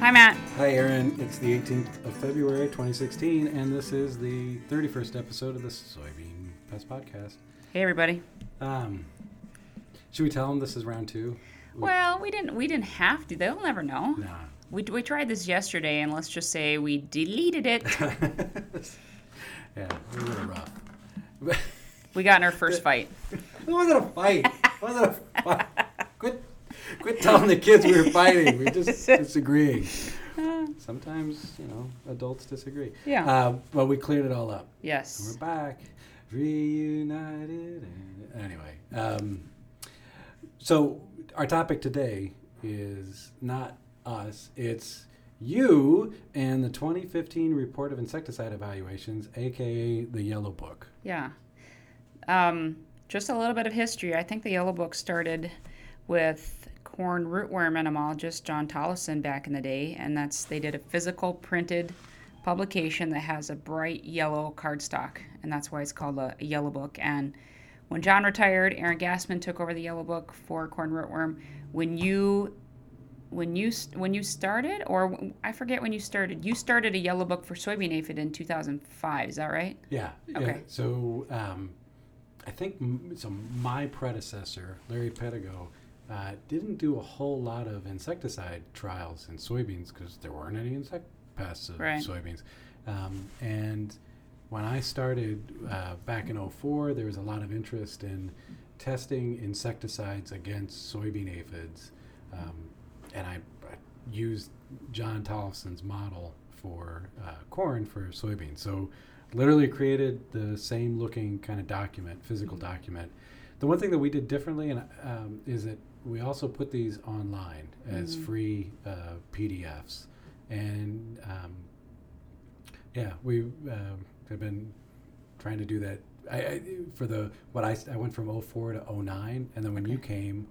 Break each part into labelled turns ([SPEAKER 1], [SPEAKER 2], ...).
[SPEAKER 1] Hi, Matt.
[SPEAKER 2] Hi, Aaron. It's the 18th of February, 2016, and this is the 31st episode of the Soybean Pest Podcast.
[SPEAKER 1] Hey, everybody.
[SPEAKER 2] Um, should we tell them this is round two?
[SPEAKER 1] Well, we didn't. We didn't have to. They'll never know.
[SPEAKER 2] Nah.
[SPEAKER 1] We, we tried this yesterday, and let's just say we deleted it.
[SPEAKER 2] Yeah, it was a little rough. But
[SPEAKER 1] We got in our first fight.
[SPEAKER 2] it wasn't a fight. It wasn't a fight. Quit, quit telling the kids we were fighting. We were just disagreeing. Sometimes, you know, adults disagree.
[SPEAKER 1] Yeah.
[SPEAKER 2] Uh, but we cleared it all up. We're
[SPEAKER 1] Yes.
[SPEAKER 2] back, reunited. and- Anyway, um, so our topic today is not us, it's you and the 2015 report of insecticide evaluations, aka the Yellow Book.
[SPEAKER 1] Yeah. Um, just a little bit of history. I think the Yellow Book started with corn rootworm entomologist John Tollison back in the day, and that's they did a physical printed publication that has a bright yellow cardstock, and that's why it's called a Yellow Book. And when John retired, Aaron Gassman took over the Yellow Book for corn rootworm. When you when you st- when you started, or w- I forget when you started, you started a Yellow Book for soybean aphid in 2005. Is that right?
[SPEAKER 2] Yeah. yeah.
[SPEAKER 1] Okay.
[SPEAKER 2] So um, I think m- so. My predecessor, Larry Pedigo, uh, didn't do a whole lot of insecticide trials in soybeans because there weren't any insect pests of
[SPEAKER 1] Right.
[SPEAKER 2] soybeans. Um, and when I started uh, back in '04, there was a lot of interest in testing insecticides against soybean aphids, um, and I, I used John Tollison's model for uh, corn for soybeans. So literally created the same looking kind of document, physical document. The one thing that we did differently and um, is that we also put these online as free uh, PDFs, and um, yeah, we um, have been trying to do that. I, I for the what I, s- I went from 04 to 09, and then when you came,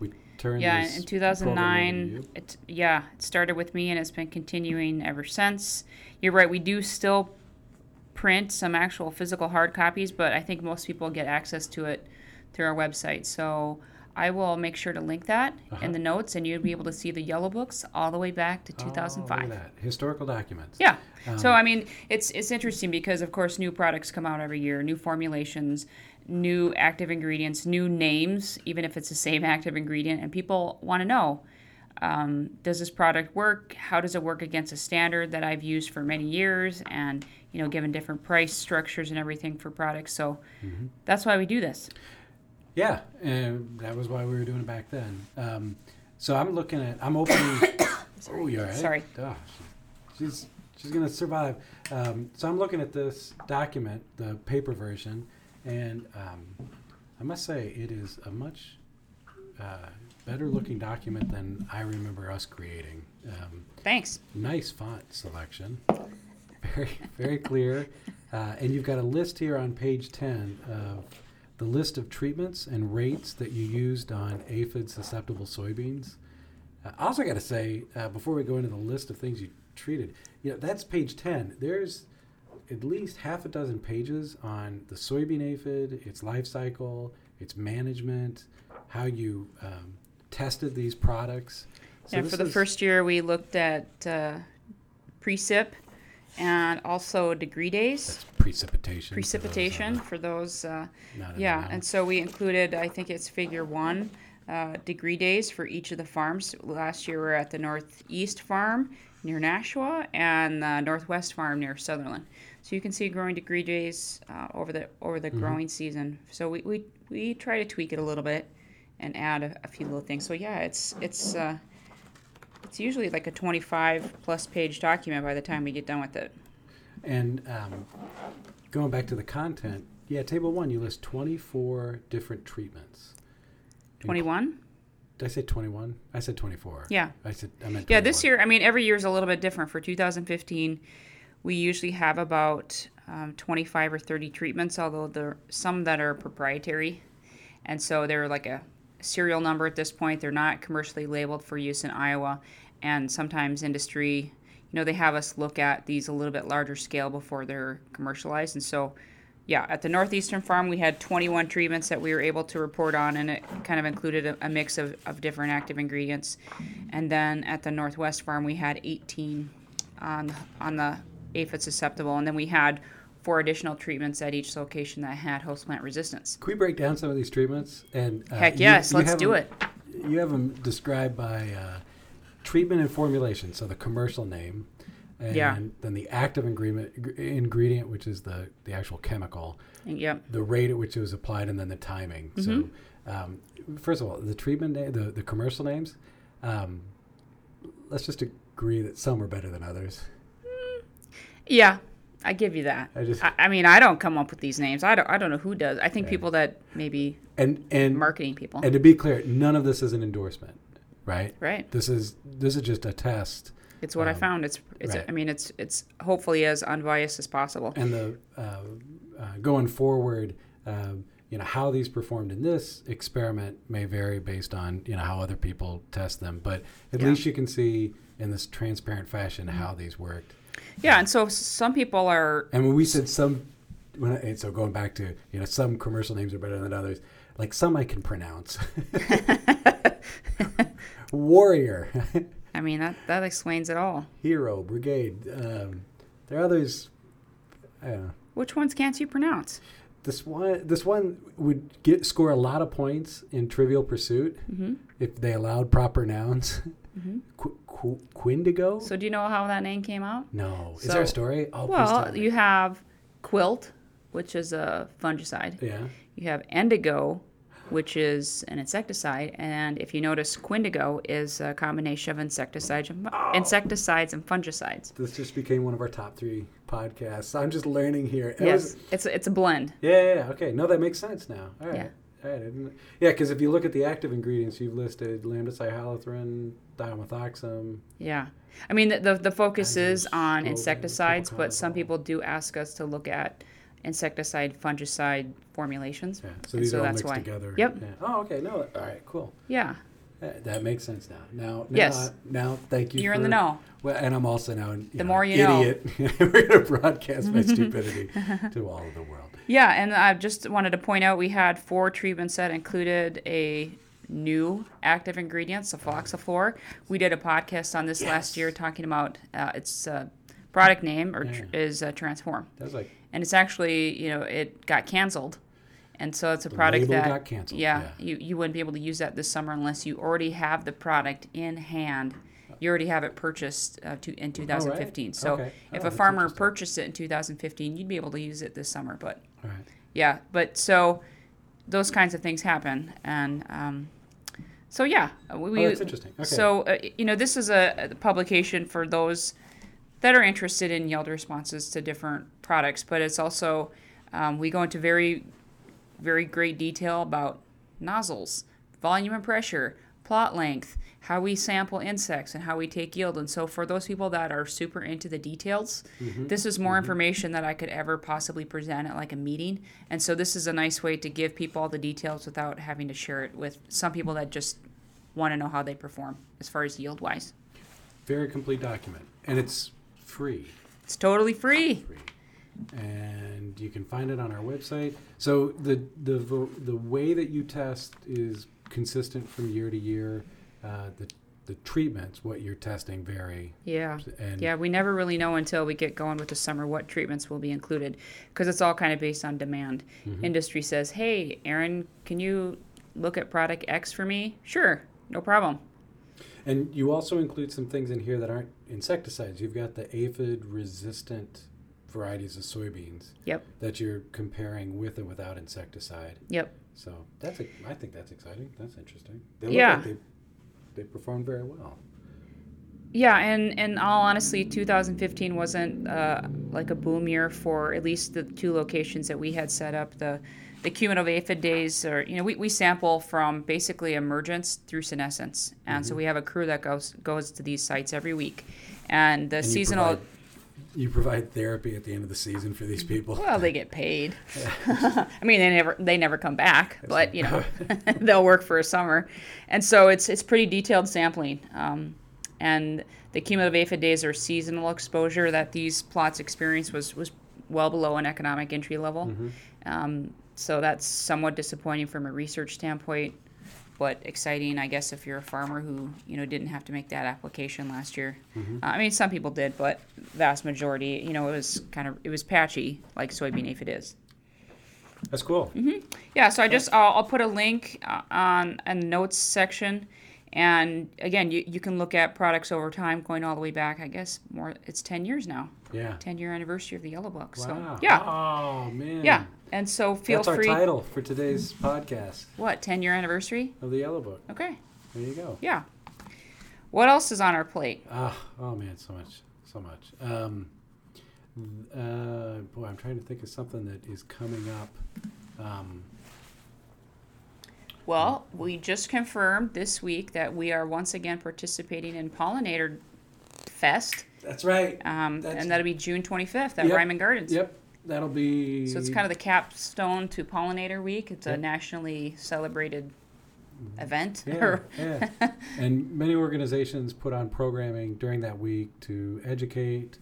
[SPEAKER 2] we turned
[SPEAKER 1] Yeah,
[SPEAKER 2] this
[SPEAKER 1] in
[SPEAKER 2] program over to
[SPEAKER 1] 2009,
[SPEAKER 2] you.
[SPEAKER 1] it, yeah, it started with me and it's been continuing ever since. You're right, we do still print some actual physical hard copies, but I think most people get access to it through our website. So I will make sure to link that
[SPEAKER 2] Uh-huh.
[SPEAKER 1] in the notes and you'll be able to see the yellow books all the way back to
[SPEAKER 2] Oh, look at
[SPEAKER 1] 2005.
[SPEAKER 2] that. historical documents. Um,
[SPEAKER 1] Yeah. so I mean, it's it's interesting because of course new products come out every year, new formulations, new active ingredients, new names, even if it's the same active ingredient, and people want to know. Um, does this product work? How does it work against a standard that I've used for many years, and you know, given different price structures and everything for products? So
[SPEAKER 2] Mm-hmm.
[SPEAKER 1] that's why we do this.
[SPEAKER 2] Yeah, and that was why we were doing it back then. Um, so I'm looking at. I'm opening. oh, you're right.
[SPEAKER 1] Sorry.
[SPEAKER 2] she's she's gonna survive. Um, so I'm looking at this document, the paper version, and um, I must say it is a much uh, better looking document than I remember us creating. Um,
[SPEAKER 1] Thanks.
[SPEAKER 2] nice font selection. Very, very clear. Uh, and you've got a list here on page 10 of the list of treatments and rates that you used on aphid susceptible soybeans. Uh, I also got to say, uh, before we go into the list of things you treated, you know, that's page 10. There's at least half a dozen pages on the soybean aphid, its life cycle, its management, how you um, tested these products. So
[SPEAKER 1] yeah,
[SPEAKER 2] this
[SPEAKER 1] for the
[SPEAKER 2] is-
[SPEAKER 1] first year, we looked at uh, precip and also degree days.
[SPEAKER 2] That's precipitation. for those on
[SPEAKER 1] precipitation
[SPEAKER 2] the-
[SPEAKER 1] for those uh,
[SPEAKER 2] not in
[SPEAKER 1] yeah
[SPEAKER 2] Maryland.
[SPEAKER 1] and so we included i think it's figure one uh, degree days for each of the farms last year we were at the northeast farm near nashua and the northwest farm near sutherland so you can see growing degree days uh, over the over the growing season so we, we we try to tweak it a little bit and add a, a few little things so yeah it's it's uh, it's usually like a 25 plus page document by the time we get done with it
[SPEAKER 2] And um, going back to the content, yeah, table one, you list 24 different treatments.
[SPEAKER 1] 21
[SPEAKER 2] Did I say 21? I said 24.
[SPEAKER 1] yeah
[SPEAKER 2] I said I meant.
[SPEAKER 1] Yeah, this
[SPEAKER 2] 21.
[SPEAKER 1] year, I mean, every year is a little bit different. For 2015, we usually have about um, 25 or 30 treatments, although there are some that are proprietary. And so they're like a serial number at this point. They're not commercially labeled for use in Iowa. And sometimes industry, you know, they have us look at these a little bit larger scale before they're commercialized. And so yeah, at the Northeastern Farm, we had 21 treatments that we were able to report on, and it kind of included a, a mix of, of different active ingredients. And then at the Northwest Farm, we had 18 on, on the aphid susceptible, and then we had four additional treatments at each location that had host plant resistance.
[SPEAKER 2] Can we break down some of these treatments? And uh,
[SPEAKER 1] Heck yes, let's
[SPEAKER 2] have
[SPEAKER 1] do
[SPEAKER 2] them- You have them described by uh, treatment and formulation, so the commercial name, and
[SPEAKER 1] Yeah.
[SPEAKER 2] then the active ingredient, ingredient, which is the the actual chemical,
[SPEAKER 1] And yep.
[SPEAKER 2] the rate at which it was applied, and then the timing.
[SPEAKER 1] Mm-hmm.
[SPEAKER 2] So, um, first of all, the treatment name, the the commercial names. Um, let's just agree that some are better than others.
[SPEAKER 1] Yeah, I give you that.
[SPEAKER 2] I just-
[SPEAKER 1] I, I mean, I don't come up with these names. I don't. I don't know who does. I think people that maybe
[SPEAKER 2] And and
[SPEAKER 1] marketing people.
[SPEAKER 2] and to be clear, none of this is an endorsement, right?
[SPEAKER 1] right.
[SPEAKER 2] This is this is just a test.
[SPEAKER 1] It's what I found. It's. It's.
[SPEAKER 2] Um, right.
[SPEAKER 1] I mean, it's. It's hopefully as unbiased as possible.
[SPEAKER 2] and the uh, uh, going forward, um, you know how these performed in this experiment may vary based on you know how other people test them, but at
[SPEAKER 1] Yeah. Mm-hmm.
[SPEAKER 2] least you can see in this transparent fashion how these worked.
[SPEAKER 1] Yeah, and so some people are.
[SPEAKER 2] And when we said some, when I, and so going back to you know some commercial names are better than others, like some I can pronounce. Warrior,
[SPEAKER 1] I mean, that that explains it all.
[SPEAKER 2] hero, brigade. Um, there are others. I don't know.
[SPEAKER 1] Which ones can't you pronounce?
[SPEAKER 2] This one, this one would get score a lot of points in Trivial Pursuit
[SPEAKER 1] Mm-hmm.
[SPEAKER 2] if they allowed proper nouns. Qu- qu- Quindigo?
[SPEAKER 1] So do you know how that name came out?
[SPEAKER 2] no, is
[SPEAKER 1] so-
[SPEAKER 2] there a story? Oh, please tell
[SPEAKER 1] Well,
[SPEAKER 2] me.
[SPEAKER 1] you have quilt, which is a fungicide.
[SPEAKER 2] yeah,
[SPEAKER 1] You have indigo, which is an insecticide, and if you notice, quindigo is a combination of insecticides and, insecticides and fungicides.
[SPEAKER 2] this just became one of our top three podcasts. I'm just learning here. It
[SPEAKER 1] yes,
[SPEAKER 2] was-
[SPEAKER 1] it's a, it's a blend.
[SPEAKER 2] yeah, yeah, yeah, okay. No, that makes sense now. All right.
[SPEAKER 1] Yeah.
[SPEAKER 2] All right. I didn't, yeah, because if you look at the active ingredients, you've listed lambda cyhalothrin, dimethoxam.
[SPEAKER 1] Yeah, I mean the the, the focus
[SPEAKER 2] And
[SPEAKER 1] is
[SPEAKER 2] there's
[SPEAKER 1] on
[SPEAKER 2] clover,
[SPEAKER 1] insecticides, but some
[SPEAKER 2] propofol.
[SPEAKER 1] people do ask us to look at insecticide fungicide formulations.
[SPEAKER 2] Yeah, so
[SPEAKER 1] And
[SPEAKER 2] these
[SPEAKER 1] so
[SPEAKER 2] are all mixed
[SPEAKER 1] that's why.
[SPEAKER 2] together.
[SPEAKER 1] Yep.
[SPEAKER 2] Yeah. Oh, okay. No, all right, cool.
[SPEAKER 1] Yeah,
[SPEAKER 2] Uh, That makes sense now. Now, now
[SPEAKER 1] Yes.
[SPEAKER 2] now, thank you.
[SPEAKER 1] You're in
[SPEAKER 2] for-
[SPEAKER 1] the know.
[SPEAKER 2] Well, and I'm also now an
[SPEAKER 1] The more you know.
[SPEAKER 2] idiot. We're going to broadcast my stupidity to all of the world.
[SPEAKER 1] yeah, and I just wanted to point out we had four treatments that included a new active ingredient, cefloxiflor. We did a podcast on this last
[SPEAKER 2] Yes.
[SPEAKER 1] year talking about uh, its uh, product name or tr-
[SPEAKER 2] Yeah.
[SPEAKER 1] is uh, Transform,
[SPEAKER 2] That was like
[SPEAKER 1] and it's actually you know it got canceled. And so it's a product
[SPEAKER 2] label
[SPEAKER 1] that
[SPEAKER 2] got canceled,
[SPEAKER 1] Yeah,
[SPEAKER 2] yeah.
[SPEAKER 1] You, you wouldn't be able to use that this summer unless you already have the product in hand. You already have it purchased uh, to, in 2015. So
[SPEAKER 2] Okay. Oh,
[SPEAKER 1] if a
[SPEAKER 2] that's
[SPEAKER 1] farmer
[SPEAKER 2] interesting.
[SPEAKER 1] purchased it in 2015, you'd be able to use it this summer. But
[SPEAKER 2] all right.
[SPEAKER 1] yeah, but so those kinds of things happen, and um, so yeah, we. we-
[SPEAKER 2] Oh, that's interesting. Okay.
[SPEAKER 1] So uh, you know, this is a, a publication for those that are interested in yield responses to different products, but it's also um, we go into very, very great detail about nozzles, volume and pressure, plot length, how we sample insects, and how we take yield. And so, for those people that are super into the details, this is more information that I could ever possibly present at like a meeting. And so, this is a nice way to give people all the details without having to share it with some people that just want to know how they perform as far as yield wise.
[SPEAKER 2] Very complete document, and it's free.
[SPEAKER 1] It's totally free.
[SPEAKER 2] Free, and you can find it on our website. So the the vo- the way that you test is consistent from year to year. Uh, the the treatments, what you're testing, vary.
[SPEAKER 1] Yeah.
[SPEAKER 2] And
[SPEAKER 1] Yeah, we never really know until we get going with the summer what treatments will be included because it's all kind of based on demand. Industry says, hey, Aaron, can you look at product X for me? Sure, no problem.
[SPEAKER 2] And you also include some things in here that aren't insecticides. You've got the aphid resistant varieties of soybeans
[SPEAKER 1] Yep,
[SPEAKER 2] that you're comparing with and without insecticide.
[SPEAKER 1] yep.
[SPEAKER 2] So that's a, I think that's exciting. That's interesting. They
[SPEAKER 1] Yeah.
[SPEAKER 2] Like they, they performed very well.
[SPEAKER 1] Yeah, and and all honestly, 2015 wasn't uh, like a boom year for at least the two locations that we had set up. The the cumulative aphid days, or you know, we, we sample from basically emergence through senescence, and
[SPEAKER 2] Mm-hmm.
[SPEAKER 1] so we have a crew that goes goes to these sites every week, and the
[SPEAKER 2] you
[SPEAKER 1] seasonal.
[SPEAKER 2] provide- You provide therapy at the end of the season for these people.
[SPEAKER 1] Well, they get paid. I mean, they never they never come back, but you know, they'll work for a summer, and so it's it's pretty detailed sampling. Um, and the cumulative aphid days or seasonal exposure that these plots experience was was well below an economic entry level.
[SPEAKER 2] Mhm.
[SPEAKER 1] Um, so that's somewhat disappointing from a research standpoint, but exciting, I guess, if you're a farmer who you know didn't have to make that application last year. Uh, I mean, some people did, but vast majority, you know, it was kind of it was patchy, like soybean aphid is.
[SPEAKER 2] That's cool.
[SPEAKER 1] mm-hmm. Yeah, so I just I'll, I'll put a link uh, on a notes section, and again, you, you can look at products over time, going all the way back. I guess more it's ten years now,
[SPEAKER 2] Yeah.
[SPEAKER 1] ten year anniversary of the Yellow Book.
[SPEAKER 2] Wow.
[SPEAKER 1] So yeah,
[SPEAKER 2] Oh man.
[SPEAKER 1] yeah, and so feel
[SPEAKER 2] That's
[SPEAKER 1] free.
[SPEAKER 2] our title for today's podcast
[SPEAKER 1] What ten year anniversary?
[SPEAKER 2] of the Yellow Book.
[SPEAKER 1] Okay,
[SPEAKER 2] There you go.
[SPEAKER 1] yeah. What else is on our plate?
[SPEAKER 2] Ah, oh man, so much, so much. Um, th- uh, boy, I'm trying to think of something that is coming up. Um,
[SPEAKER 1] Well, we just confirmed this week that we are once again participating in Pollinator Fest,
[SPEAKER 2] that's right.
[SPEAKER 1] um,
[SPEAKER 2] That's-
[SPEAKER 1] and that'll be June twenty fifth at
[SPEAKER 2] Yep,
[SPEAKER 1] Ryman Gardens.
[SPEAKER 2] Yep, that'll be.
[SPEAKER 1] So it's kind of the capstone to Pollinator Week. It's
[SPEAKER 2] Yeah. Mm-hmm.
[SPEAKER 1] a nationally celebrated event.
[SPEAKER 2] Yeah,
[SPEAKER 1] or-
[SPEAKER 2] yeah. and many organizations put on programming during that week to educate,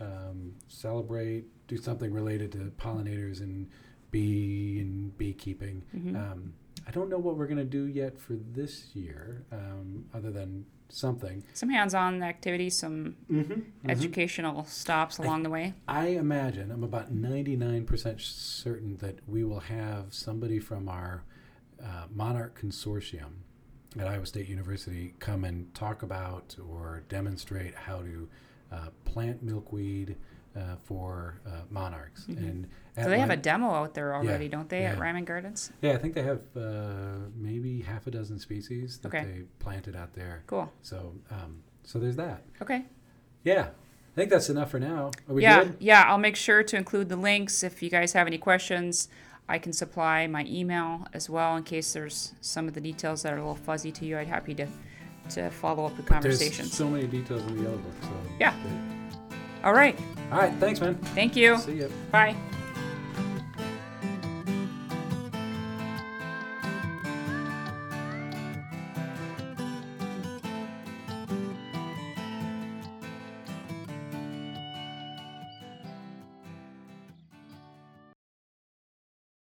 [SPEAKER 2] um, celebrate, do something related to pollinators and bee and beekeeping. Um, I don't know what we're going to do yet for this year, um, other than something.
[SPEAKER 1] Some hands-on activities, some
[SPEAKER 2] Mm-hmm.
[SPEAKER 1] Mm-hmm. educational stops along the way.
[SPEAKER 2] I imagine I'm about 99% certain that we will have somebody from our uh, Monarch Consortium at Iowa State University come and talk about or demonstrate how to uh, plant milkweed uh, for uh, monarchs. And at
[SPEAKER 1] Mm-hmm. So they have
[SPEAKER 2] my-
[SPEAKER 1] a demo out there already,
[SPEAKER 2] Yeah,
[SPEAKER 1] don't they, at
[SPEAKER 2] yeah.
[SPEAKER 1] Ryman Gardens?
[SPEAKER 2] yeah, I think they have uh, maybe half a dozen species that
[SPEAKER 1] Okay.
[SPEAKER 2] they planted out there.
[SPEAKER 1] Cool.
[SPEAKER 2] So, um, so there's that.
[SPEAKER 1] Okay.
[SPEAKER 2] Yeah, I think that's enough for now. Are we
[SPEAKER 1] yeah,
[SPEAKER 2] good?
[SPEAKER 1] yeah. I'll make sure to include the links if you guys have any questions. I can supply my email as well in case there's some of the details that are a little fuzzy to you. I'd happy to to follow up the
[SPEAKER 2] There's
[SPEAKER 1] conversations.
[SPEAKER 2] so many details in the yellow book. So
[SPEAKER 1] Yeah. All right.
[SPEAKER 2] All right. Thanks, man.
[SPEAKER 1] Thank you.
[SPEAKER 2] See you.
[SPEAKER 1] Bye.